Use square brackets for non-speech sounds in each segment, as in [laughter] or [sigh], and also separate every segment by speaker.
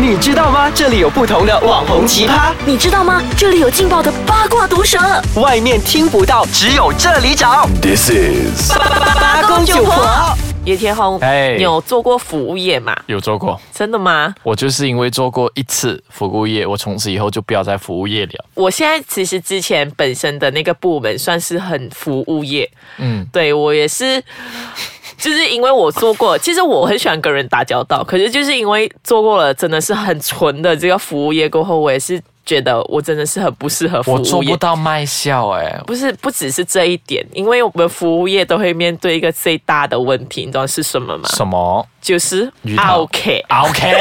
Speaker 1: 你知道吗？这里有不同的网红奇葩，
Speaker 2: 你知道吗？这里有劲爆的八卦毒舌，
Speaker 1: 外面听不到，只有这里找。
Speaker 3: This is
Speaker 1: 八公九婆，
Speaker 4: 野田红，
Speaker 3: 哎
Speaker 4: 你有做过服务业吗？
Speaker 3: 有做过，
Speaker 4: 真的吗？
Speaker 3: 我就是因为做过一次服务业，我从此以后就不要再服务业了。
Speaker 4: 我现在其实之前本身的那个部门算是很服务业，
Speaker 3: 嗯，
Speaker 4: 对我也是，就是因为我做过，其实我很喜欢跟人打交道，可是就是因为做过了真的是很纯的这个服务业过后，我也是觉得我真的是很不适合服
Speaker 3: 我做
Speaker 4: 务
Speaker 3: 不
Speaker 4: 业。
Speaker 3: 到卖笑哎、
Speaker 4: 不是，不只是这一点，因为我们服务业都会面对一个最大的问题，你知道是什么吗？
Speaker 3: 什么
Speaker 4: 就是
Speaker 3: 鱼
Speaker 4: 啊
Speaker 3: 头
Speaker 4: OK，
Speaker 3: ？OK，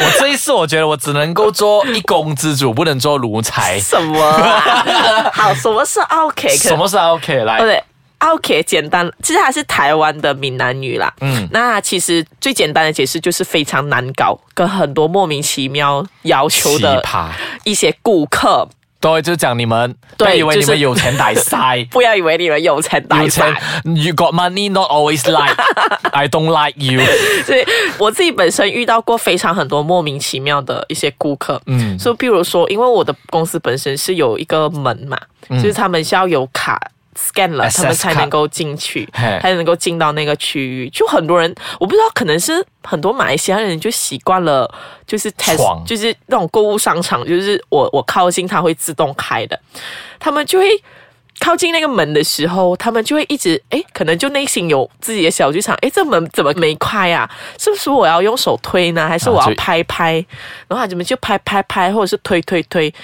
Speaker 3: 我这一次我觉得我只能够做一公之主，不能做奴才。
Speaker 4: 什么、
Speaker 3: [laughs]
Speaker 4: 啊？好，什么是 OK？可哎
Speaker 3: 什么是 OK？来
Speaker 4: 哦，对。OK，简单，其实它是台湾的闽南语啦。嗯，那其实最简单的解释就是非常难搞，跟很多莫名其妙要求
Speaker 3: 奇
Speaker 4: 的
Speaker 3: 葩，
Speaker 4: 一些顾客。
Speaker 3: 对，就讲你们，
Speaker 4: 对
Speaker 3: 不要以为
Speaker 4: 就
Speaker 3: 你
Speaker 4: 是
Speaker 3: 们有钱大晒。
Speaker 4: 不要以为你们有钱 [laughs] 大
Speaker 3: 有钱
Speaker 4: 晒，
Speaker 3: ，You got money, not always like. I don't like
Speaker 4: [laughs]
Speaker 3: you.
Speaker 4: 所以我自己本身遇到过非常很多莫名其妙的一些顾客。
Speaker 3: 嗯
Speaker 4: 嗯，所以比如说，因为我的公司本身是有一个门嘛，就是他们是要有卡。scan 了，
Speaker 3: 嗯 Access
Speaker 4: 他们才
Speaker 3: card
Speaker 4: 能够进去，
Speaker 3: 嘿
Speaker 4: 才能够进到那个区域。就很多人，我不知道，可能是很多马来西亚人就习惯了，就是
Speaker 3: 闯
Speaker 4: test，就是那种购物商场，就是我我靠近它会自动开的，他们就会靠近那个门的时候，他们就会一直哎，可能就内心有自己的小剧场，哎，这门怎么没开啊？是不是我要用手推呢？还是我
Speaker 3: 啊
Speaker 4: 要
Speaker 3: 就
Speaker 4: 拍拍？然后他们就拍拍拍，或者是推推推。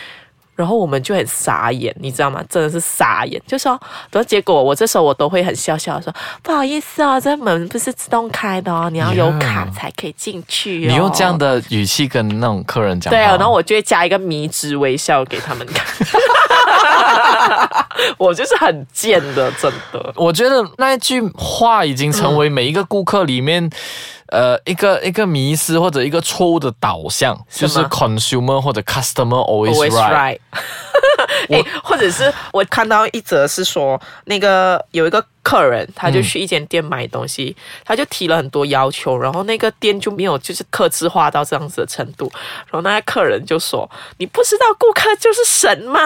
Speaker 4: 然后我们就很傻眼，你知道吗？真的是傻眼，就说，然后结果我这时候我都会很笑笑地说，不好意思哦，这门不是自动开的哦，你要有
Speaker 3: Yeah
Speaker 4: 卡才可以进去、哦。
Speaker 3: 你用这样的语气跟那种客人讲话，
Speaker 4: 对啊，然后我就会加一个迷之微笑给他们看。 [laughs] 我就是很贱的，真的。
Speaker 3: 我觉得那一句话已经成为每一个顾客里面，呃，一个一个迷失或者一个错误的导向，
Speaker 4: 是
Speaker 3: 就
Speaker 4: 吗
Speaker 3: 是 consumer 或者 customer always
Speaker 4: Always
Speaker 3: right。 [laughs]
Speaker 4: right。哎、或者是我看到一则是说，那个有一个客人，他
Speaker 3: 嗯
Speaker 4: 就去一间店买东西，他就提了很多要求，然后那个店就没有就是客制化到这样子的程度，然后那个客人就说：“你不知道顾客就是神吗？”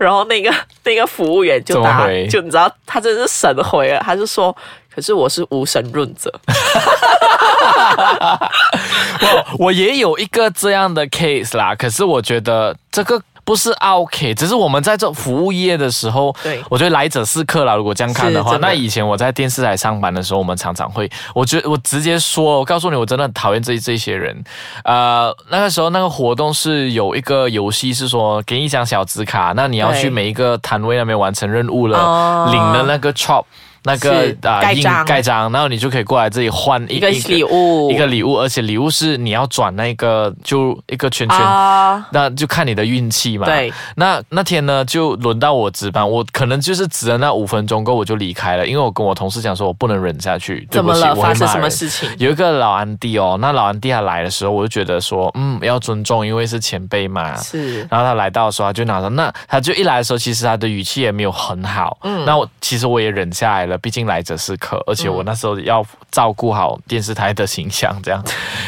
Speaker 4: 然后那个那个服务员就
Speaker 3: 怎么
Speaker 4: 答
Speaker 3: 回，
Speaker 4: 就你知道他真的是神回了，他就说：“可是我是无神论者。”
Speaker 3: [laughs] 我我也有一个这样的 case 啦，可是我觉得这个。不是 OK，只是我们在做服务业的时候，
Speaker 4: 对
Speaker 3: 我觉得来者是客啦。如果这样看的话，
Speaker 4: 是真的
Speaker 3: 那以前我在电视台上班的时候，我们常常会，我觉我直接说，我告诉你，我真的很讨厌这这些人。呃，那个时候那个活动是有一个游戏，是说给你一张小纸卡，那你要
Speaker 4: 对
Speaker 3: 去每一个摊位那边完成任务了，
Speaker 4: 哦
Speaker 3: 领了那个 chop。那个
Speaker 4: 是
Speaker 3: 啊、
Speaker 4: 盖
Speaker 3: 印
Speaker 4: 章
Speaker 3: 盖章，然后你就可以过来这里换一
Speaker 4: 一个礼物
Speaker 3: 一个礼物，而且礼物是你要转那个就一个圈圈，
Speaker 4: 啊，
Speaker 3: 那就看你的运气嘛。
Speaker 4: 对，
Speaker 3: 那那天呢就轮到我值班，我可能就是值了那五分钟过后我就离开了，因为我跟我同事讲说我不能忍下去，对
Speaker 4: 怎
Speaker 3: 不
Speaker 4: 么
Speaker 3: 起，
Speaker 4: 了？
Speaker 3: 我会
Speaker 4: 发生
Speaker 3: 骂
Speaker 4: 什么
Speaker 3: 人
Speaker 4: 事情？
Speaker 3: 有一个老安迪哦，那老安迪他来的时候，我就觉得说，嗯，要尊重，因为是前辈嘛。
Speaker 4: 是
Speaker 3: [laughs] 然后他来到的时候，他就拿着那，他就一来的时候，其实他的语气也没有很好。嗯，那我其实我也忍下来了，毕竟来者是客，而且我那时候要照顾好电视台的形象，这
Speaker 4: [laughs]
Speaker 3: 样。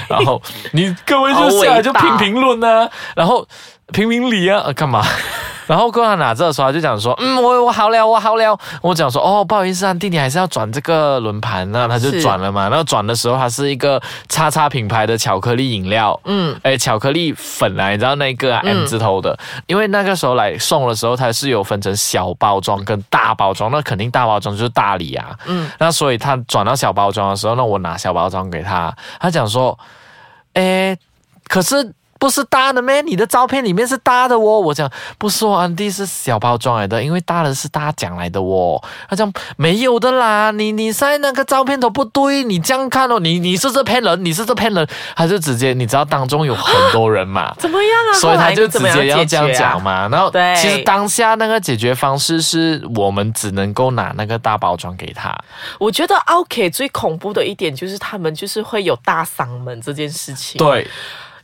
Speaker 3: 然后你各位就下来就
Speaker 4: 好伟
Speaker 3: 评
Speaker 4: 大。
Speaker 3: 评论呢、然后评评理啊，呃干嘛？ [laughs] 然后过来拿着的时候，他就讲说，嗯，我我好了，我好了。我讲说，哦，不好意思，安迪，你还是要转这个轮盘那他就是转了嘛。然后转的时候，它是一个叉叉品牌的巧克力饮料，嗯，哎，巧克力粉啊，你知道那个、啊 M 字头的，因为那个时候来送的时候，它是有分成小包装跟大包装，那肯定大包装就是大礼啊，嗯，那所以他转到小包装的时候，那我拿小包装给他，他讲说，哎，可是不是搭的咩？你的照片里面是搭的哦。我讲不是哦，安迪是小包装来的，因为搭的是大奖来的哦。他讲没有的啦，你你晒那个照片都不对，你这样看哦，你你是这骗人，你是这骗人，他就直接你知道当中有很多人嘛
Speaker 4: [laughs] 怎么样啊？
Speaker 3: 所以
Speaker 4: 后
Speaker 3: 他
Speaker 4: 来
Speaker 3: 就
Speaker 4: 你
Speaker 3: 直
Speaker 4: 怎么
Speaker 3: 接要这
Speaker 4: 解决
Speaker 3: 样
Speaker 4: 啊
Speaker 3: 讲嘛，然后
Speaker 4: 对
Speaker 3: 其实当下那个解决方式是我们只能够拿那个大包装给他，
Speaker 4: 我觉得 OK 最恐怖的一点就是他们就是会有大嗓门这件事情。，
Speaker 3: 对，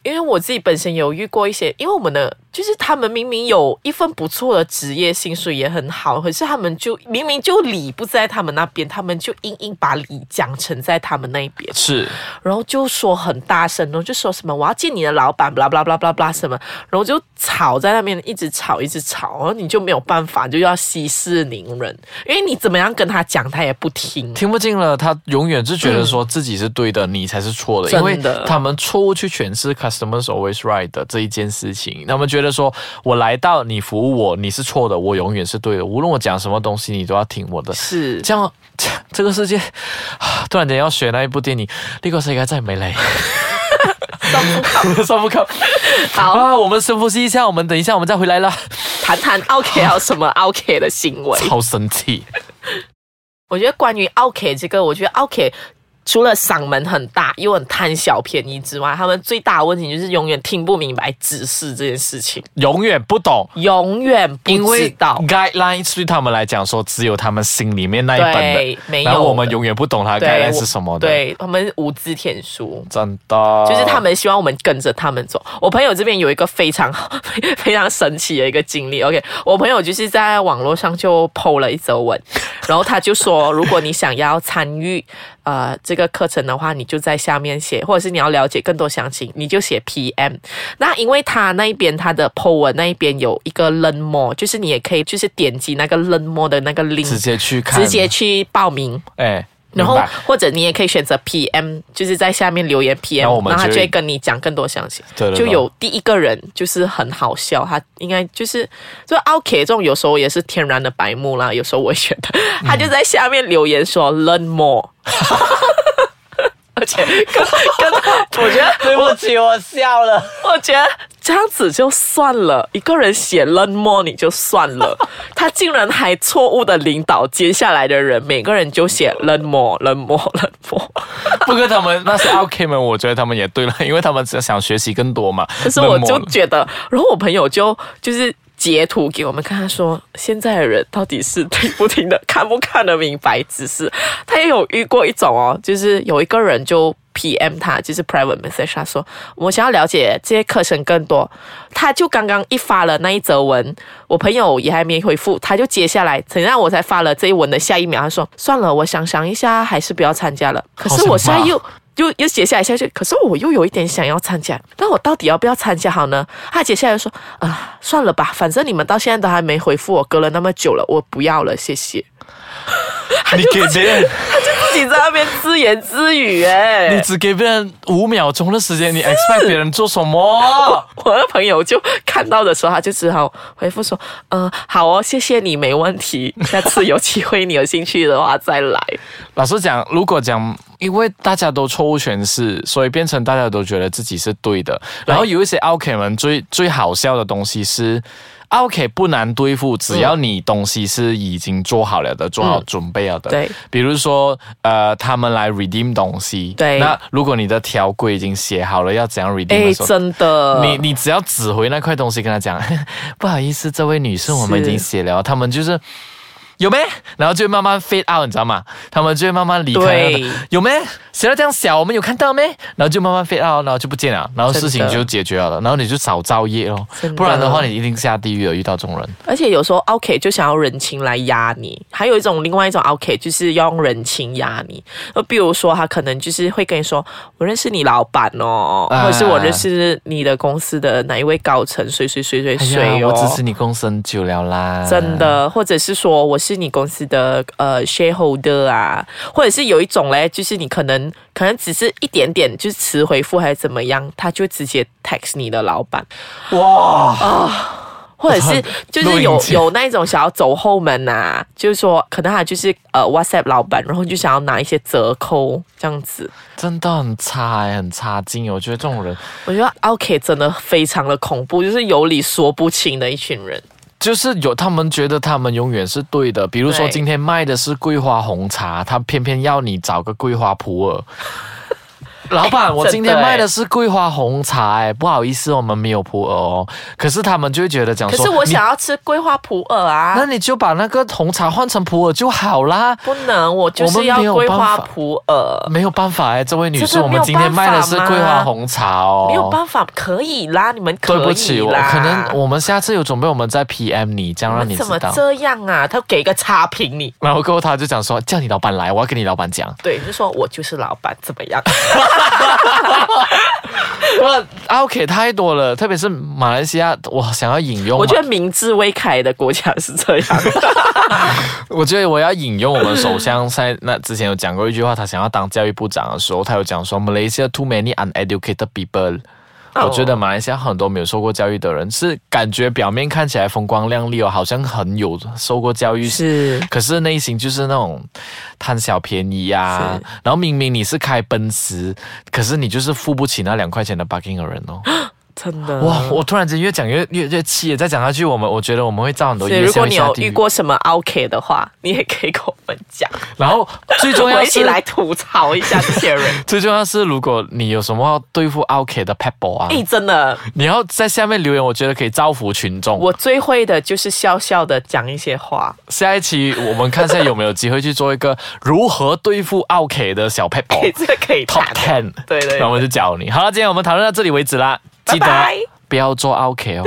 Speaker 4: 因为我自己本身有遇过一些，因为我们的就是他们明明有一份不错的职业，薪水也很好，可是他们就明明就理不在他们那边，他们就硬硬把理讲成在他们那一边，
Speaker 3: 是
Speaker 4: 然后就说很大声哦，就说什么我要见你的老板，巴拉巴拉巴拉巴拉巴拉什么，然后就吵在那边，一直吵一直吵，然后你就没有办法，就要息事宁人，因为你怎么样跟他讲，他也不听。
Speaker 3: 听不进了，他永远是觉得说自己是对的，你才是错的，因为
Speaker 4: 嗯真的
Speaker 3: 他们错误去诠释 “customers always right” 的这一件事情，他们觉得说我来到你服务我，你是错的，我永远是对的，无论我讲什么东西，你都要听我的。
Speaker 4: 是，
Speaker 3: 这样， [laughs] 这这个世界 [sighs] 啊突然间要学那一部电影，呢個世界真係美麗， [laughs] 受不了，[laughs]
Speaker 4: 好
Speaker 3: 啊！我们深呼吸一下，我们等一下我们再回来啦，
Speaker 4: 谈谈 OK 还有什么 OK 的行为？
Speaker 3: 超生气。
Speaker 4: 我觉得关于 OK 这个，我觉得 OK 除了嗓门很大又很贪小便宜之外，他们最大的问题就是永远听不明白指示这件事情，
Speaker 3: 永远不懂，
Speaker 4: 永远
Speaker 3: 因
Speaker 4: 不知
Speaker 3: 为
Speaker 4: 道。
Speaker 3: guidelines 对他们来讲说，只有他们心里面那一
Speaker 4: 对
Speaker 3: 本的，
Speaker 4: 没
Speaker 3: 然后
Speaker 4: 有
Speaker 3: 我们
Speaker 4: 的
Speaker 3: 永远不懂他的
Speaker 4: 对，
Speaker 3: guidelines
Speaker 4: 我
Speaker 3: 是什么的，，
Speaker 4: 对他们无知天书。
Speaker 3: 真的，
Speaker 4: 就是他们希望我们跟着他们走。我朋友这边有一个非常 [laughs] 非常神奇的一个经历。OK，我朋友就是在网络上就 PO 了一则文，然后他就说，如果你想要参与呃这个课程的话，你就在下面写，或者是你要了解更多详情，你就写 PM。那因为他那一边他的 PO 文那一边有一个 Learn More，就是你也可以就是点击那个 Learn More 的那个 link，
Speaker 3: 直接去看，
Speaker 4: 直接去报名。
Speaker 3: 哎，
Speaker 4: 然后
Speaker 3: 明白
Speaker 4: 或者你也可以选择 PM，就是在下面留言 PM，
Speaker 3: 那我们
Speaker 4: 然后他
Speaker 3: 就
Speaker 4: 就
Speaker 3: 会
Speaker 4: 会跟你讲更多详情。
Speaker 3: 对对
Speaker 4: 就
Speaker 3: 对
Speaker 4: 有第一个人就是很好笑，他应该就是就 OK 这种有时候也是天然的白目啦，有时候我也觉得
Speaker 3: 嗯
Speaker 4: 他就在下面留言说 learn more。而且跟跟，我觉得
Speaker 1: [laughs] 对不起，我笑了。
Speaker 4: 我觉得这样子就算了，一个人写 learn more 你就算了，他竟然还错误的领导接下来的人，每个人就写 learn more learn more learn more。
Speaker 3: 不过他们那些 OK 们，我觉得他们也对了， [laughs] 因为他们只想学习更多嘛。
Speaker 4: 可
Speaker 3: 可
Speaker 4: 是我就觉得，然后我朋友就就是截图给我们看，他说现在的人到底是听不听的，看不看得明白只是他也有遇过一种哦，就是有一个人就 PM 他，就是 private message，他说我想要了解这些课程更多，他就刚刚一发了那一则文，我朋友也还没回复，他就接下来，怎样我才发了这一文的下一秒，他说算了，我想想一下，还是不要参加了。可
Speaker 3: 好
Speaker 4: 是
Speaker 3: 想
Speaker 4: 我现在
Speaker 3: 骂
Speaker 4: 又。又又写下来下去，可是我又有一点想要参加，那我到底要不要参加好呢？他接下来就说啊、算了吧，反正你们到现在都还没回复我，隔了那么久了，我不要了，谢谢。
Speaker 3: 你给别
Speaker 4: [laughs]
Speaker 3: 人，
Speaker 4: 自己在那边自言自语、欸，
Speaker 3: 你只给别人五秒钟的时间，
Speaker 4: [laughs]
Speaker 3: 你 expect 别人做什么？
Speaker 4: 我的朋友就看到的时候，他就只好回复说：“嗯、好哦，谢谢你，没
Speaker 3: [laughs]
Speaker 4: 问题。下次有机会你有兴趣的话再来。
Speaker 3: 老实讲，如果讲，因为大家都错误诠释，所以变成大家都觉得自己是对的。然后有一些 OK 们最最好笑的东西是。OK 不难对付，只要你东西是已经做好了的，做好准备了的。
Speaker 4: 嗯对，
Speaker 3: 比如说呃，他们来 redeem 东西。
Speaker 4: 对
Speaker 3: 那如果你的条规已经写好了要怎样 redeem
Speaker 4: 哎，
Speaker 3: 的时候，
Speaker 4: 真的，
Speaker 3: 你你只要指挥那块东西跟他讲， [laughs] 不好意思，这位女士，我们已经写了，他们就是。有没？然后就慢慢 fade out，你知道吗？他们就会慢慢离开
Speaker 4: 对。
Speaker 3: 有没？写到这样小，我们有看到没？然后就慢慢 fade out，然后就不见了，然后事情
Speaker 4: 真的
Speaker 3: 就解决了，然后你就少造业咯
Speaker 4: 真。的
Speaker 3: 不然的话，你一定下地狱了。遇到这种人，
Speaker 4: 而且有时候 OK 就想要人情来压你，还有一种另外一种 OK 就是要用人情压你。呃，比如说他可能就是会跟你说：“我认识你老板哦，
Speaker 3: 啊
Speaker 4: 或者是我认识你的公司的哪一位高层，谁谁谁谁
Speaker 3: 哎
Speaker 4: 谁哦。
Speaker 3: 呀，我支持你共生久了啦。
Speaker 4: 真的，或者是说我是你公司的呃 shareholder 啊，或者是有一种嘞，就是你可能可能只是一点点，就是迟回复还是怎么样，他就直接 text 你的老板，啊
Speaker 3: 哇，
Speaker 4: 或者是就是
Speaker 3: 录
Speaker 4: 有
Speaker 3: 音机
Speaker 4: 有那一种想要走后门呐、就是说可能他就是呃 WhatsApp 老板，然后就想要拿一些折扣这样子。
Speaker 3: 真的很差哎，很差劲。我觉得这种人
Speaker 4: 我觉得啊 OK 真的非常的恐怖，就是有理说不清的一群人。
Speaker 3: 就是有他们觉得他们永远是对的，比如说
Speaker 4: 对
Speaker 3: 今天卖的是桂花红茶，他偏偏要你找个桂花普洱。老板，我今天
Speaker 4: 真的欸
Speaker 3: 卖的是桂花红茶、哎，不好意思，我们没有普洱哦。可是他们就会觉得讲哦
Speaker 4: 可
Speaker 3: 说，
Speaker 4: 是我
Speaker 3: 你
Speaker 4: 想要吃桂花普洱
Speaker 3: 那
Speaker 4: 啊，
Speaker 3: 你就把那个红茶换成普洱就好啦。
Speaker 4: 不能，我就
Speaker 3: 我
Speaker 4: 是
Speaker 3: 们没
Speaker 4: 要
Speaker 3: 有
Speaker 4: 桂
Speaker 3: 办
Speaker 4: 花
Speaker 3: 法
Speaker 4: 普洱，
Speaker 3: 没有办法哎、这位女士，
Speaker 4: 这个
Speaker 3: 我
Speaker 4: 没有
Speaker 3: 们今天卖的是
Speaker 4: 办法吗
Speaker 3: 桂花红茶哦。
Speaker 4: 没有办法，可以啦，你们可以
Speaker 3: 对
Speaker 4: 啦。
Speaker 3: 不起，我可能我们下次有准备，我们再 PM 你，这样让你
Speaker 4: 怎
Speaker 3: 知
Speaker 4: 么
Speaker 3: 道。
Speaker 4: 这样啊？他给一个差评你，
Speaker 3: 然后过后他就讲说，叫你老板来，我要跟你老板讲。
Speaker 4: 对，就说我就是老板，怎么样？
Speaker 3: 啊 OK 太多了，特别是马来西亚，我想要引用，
Speaker 4: 我觉得明智未开的国家是这样。
Speaker 3: 我觉得我要引用我们首相在那之前有讲过一句话，他想要当教育部长的时候，他有讲说 Malaysia too many uneducated people。我
Speaker 4: 哦
Speaker 3: 觉得马来西亚很多没有受过教育的人，是感觉表面看起来风光亮丽哦，好像很有受过教育，
Speaker 4: 是
Speaker 3: 可 [laughs] 是内心就是那种贪小便宜呀、
Speaker 4: 是
Speaker 3: 然后明明你是开奔驰，可是你就是付不起那两块钱的 parking 的人哦。
Speaker 4: 真的
Speaker 3: 哇！我突然间越讲越越越气耶，再讲下去，我们我觉得我们会造很多
Speaker 4: 所以
Speaker 3: 业
Speaker 4: 如果
Speaker 3: 下
Speaker 4: 你
Speaker 3: 下
Speaker 4: 有
Speaker 3: 地
Speaker 4: 遇
Speaker 3: 狱。
Speaker 4: 过什么 OK 的话，你也可以跟我们
Speaker 3: [laughs]
Speaker 4: 讲，
Speaker 3: 然后最重
Speaker 4: [laughs] 我
Speaker 3: 要
Speaker 4: 一起
Speaker 3: 啊是，。
Speaker 4: 来吐槽一下这些人
Speaker 3: [laughs] 最重要是，如果你有什么要对付 OK 的 pebble 啊，
Speaker 4: 哎，真的，
Speaker 3: 你要在下面留言，我觉得可以造福群众。
Speaker 4: 我最会的就是笑笑的讲一些话。
Speaker 3: 下一期我们看一下有没有机会去做一个如何对付 OK 的小
Speaker 4: [laughs]
Speaker 3: pebble。
Speaker 4: 给这个可以
Speaker 3: 哦 Top
Speaker 4: 谈
Speaker 3: Ten，
Speaker 4: 对对对
Speaker 3: 那我们就教你。好了，今天我们讨论到这里为止啦，记得
Speaker 4: 拜拜
Speaker 3: 不要做
Speaker 4: [laughs]
Speaker 3: OK 哦，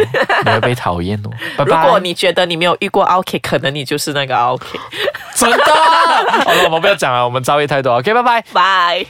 Speaker 3: 你会被讨厌哦。拜
Speaker 4: 如
Speaker 3: 拜。
Speaker 4: 果你觉得你没有遇过 OK，可能你就是那个 OK。
Speaker 3: [laughs] 真的，好了，我们不要讲了，我们遭遇太多。OK，拜拜。
Speaker 4: 拜。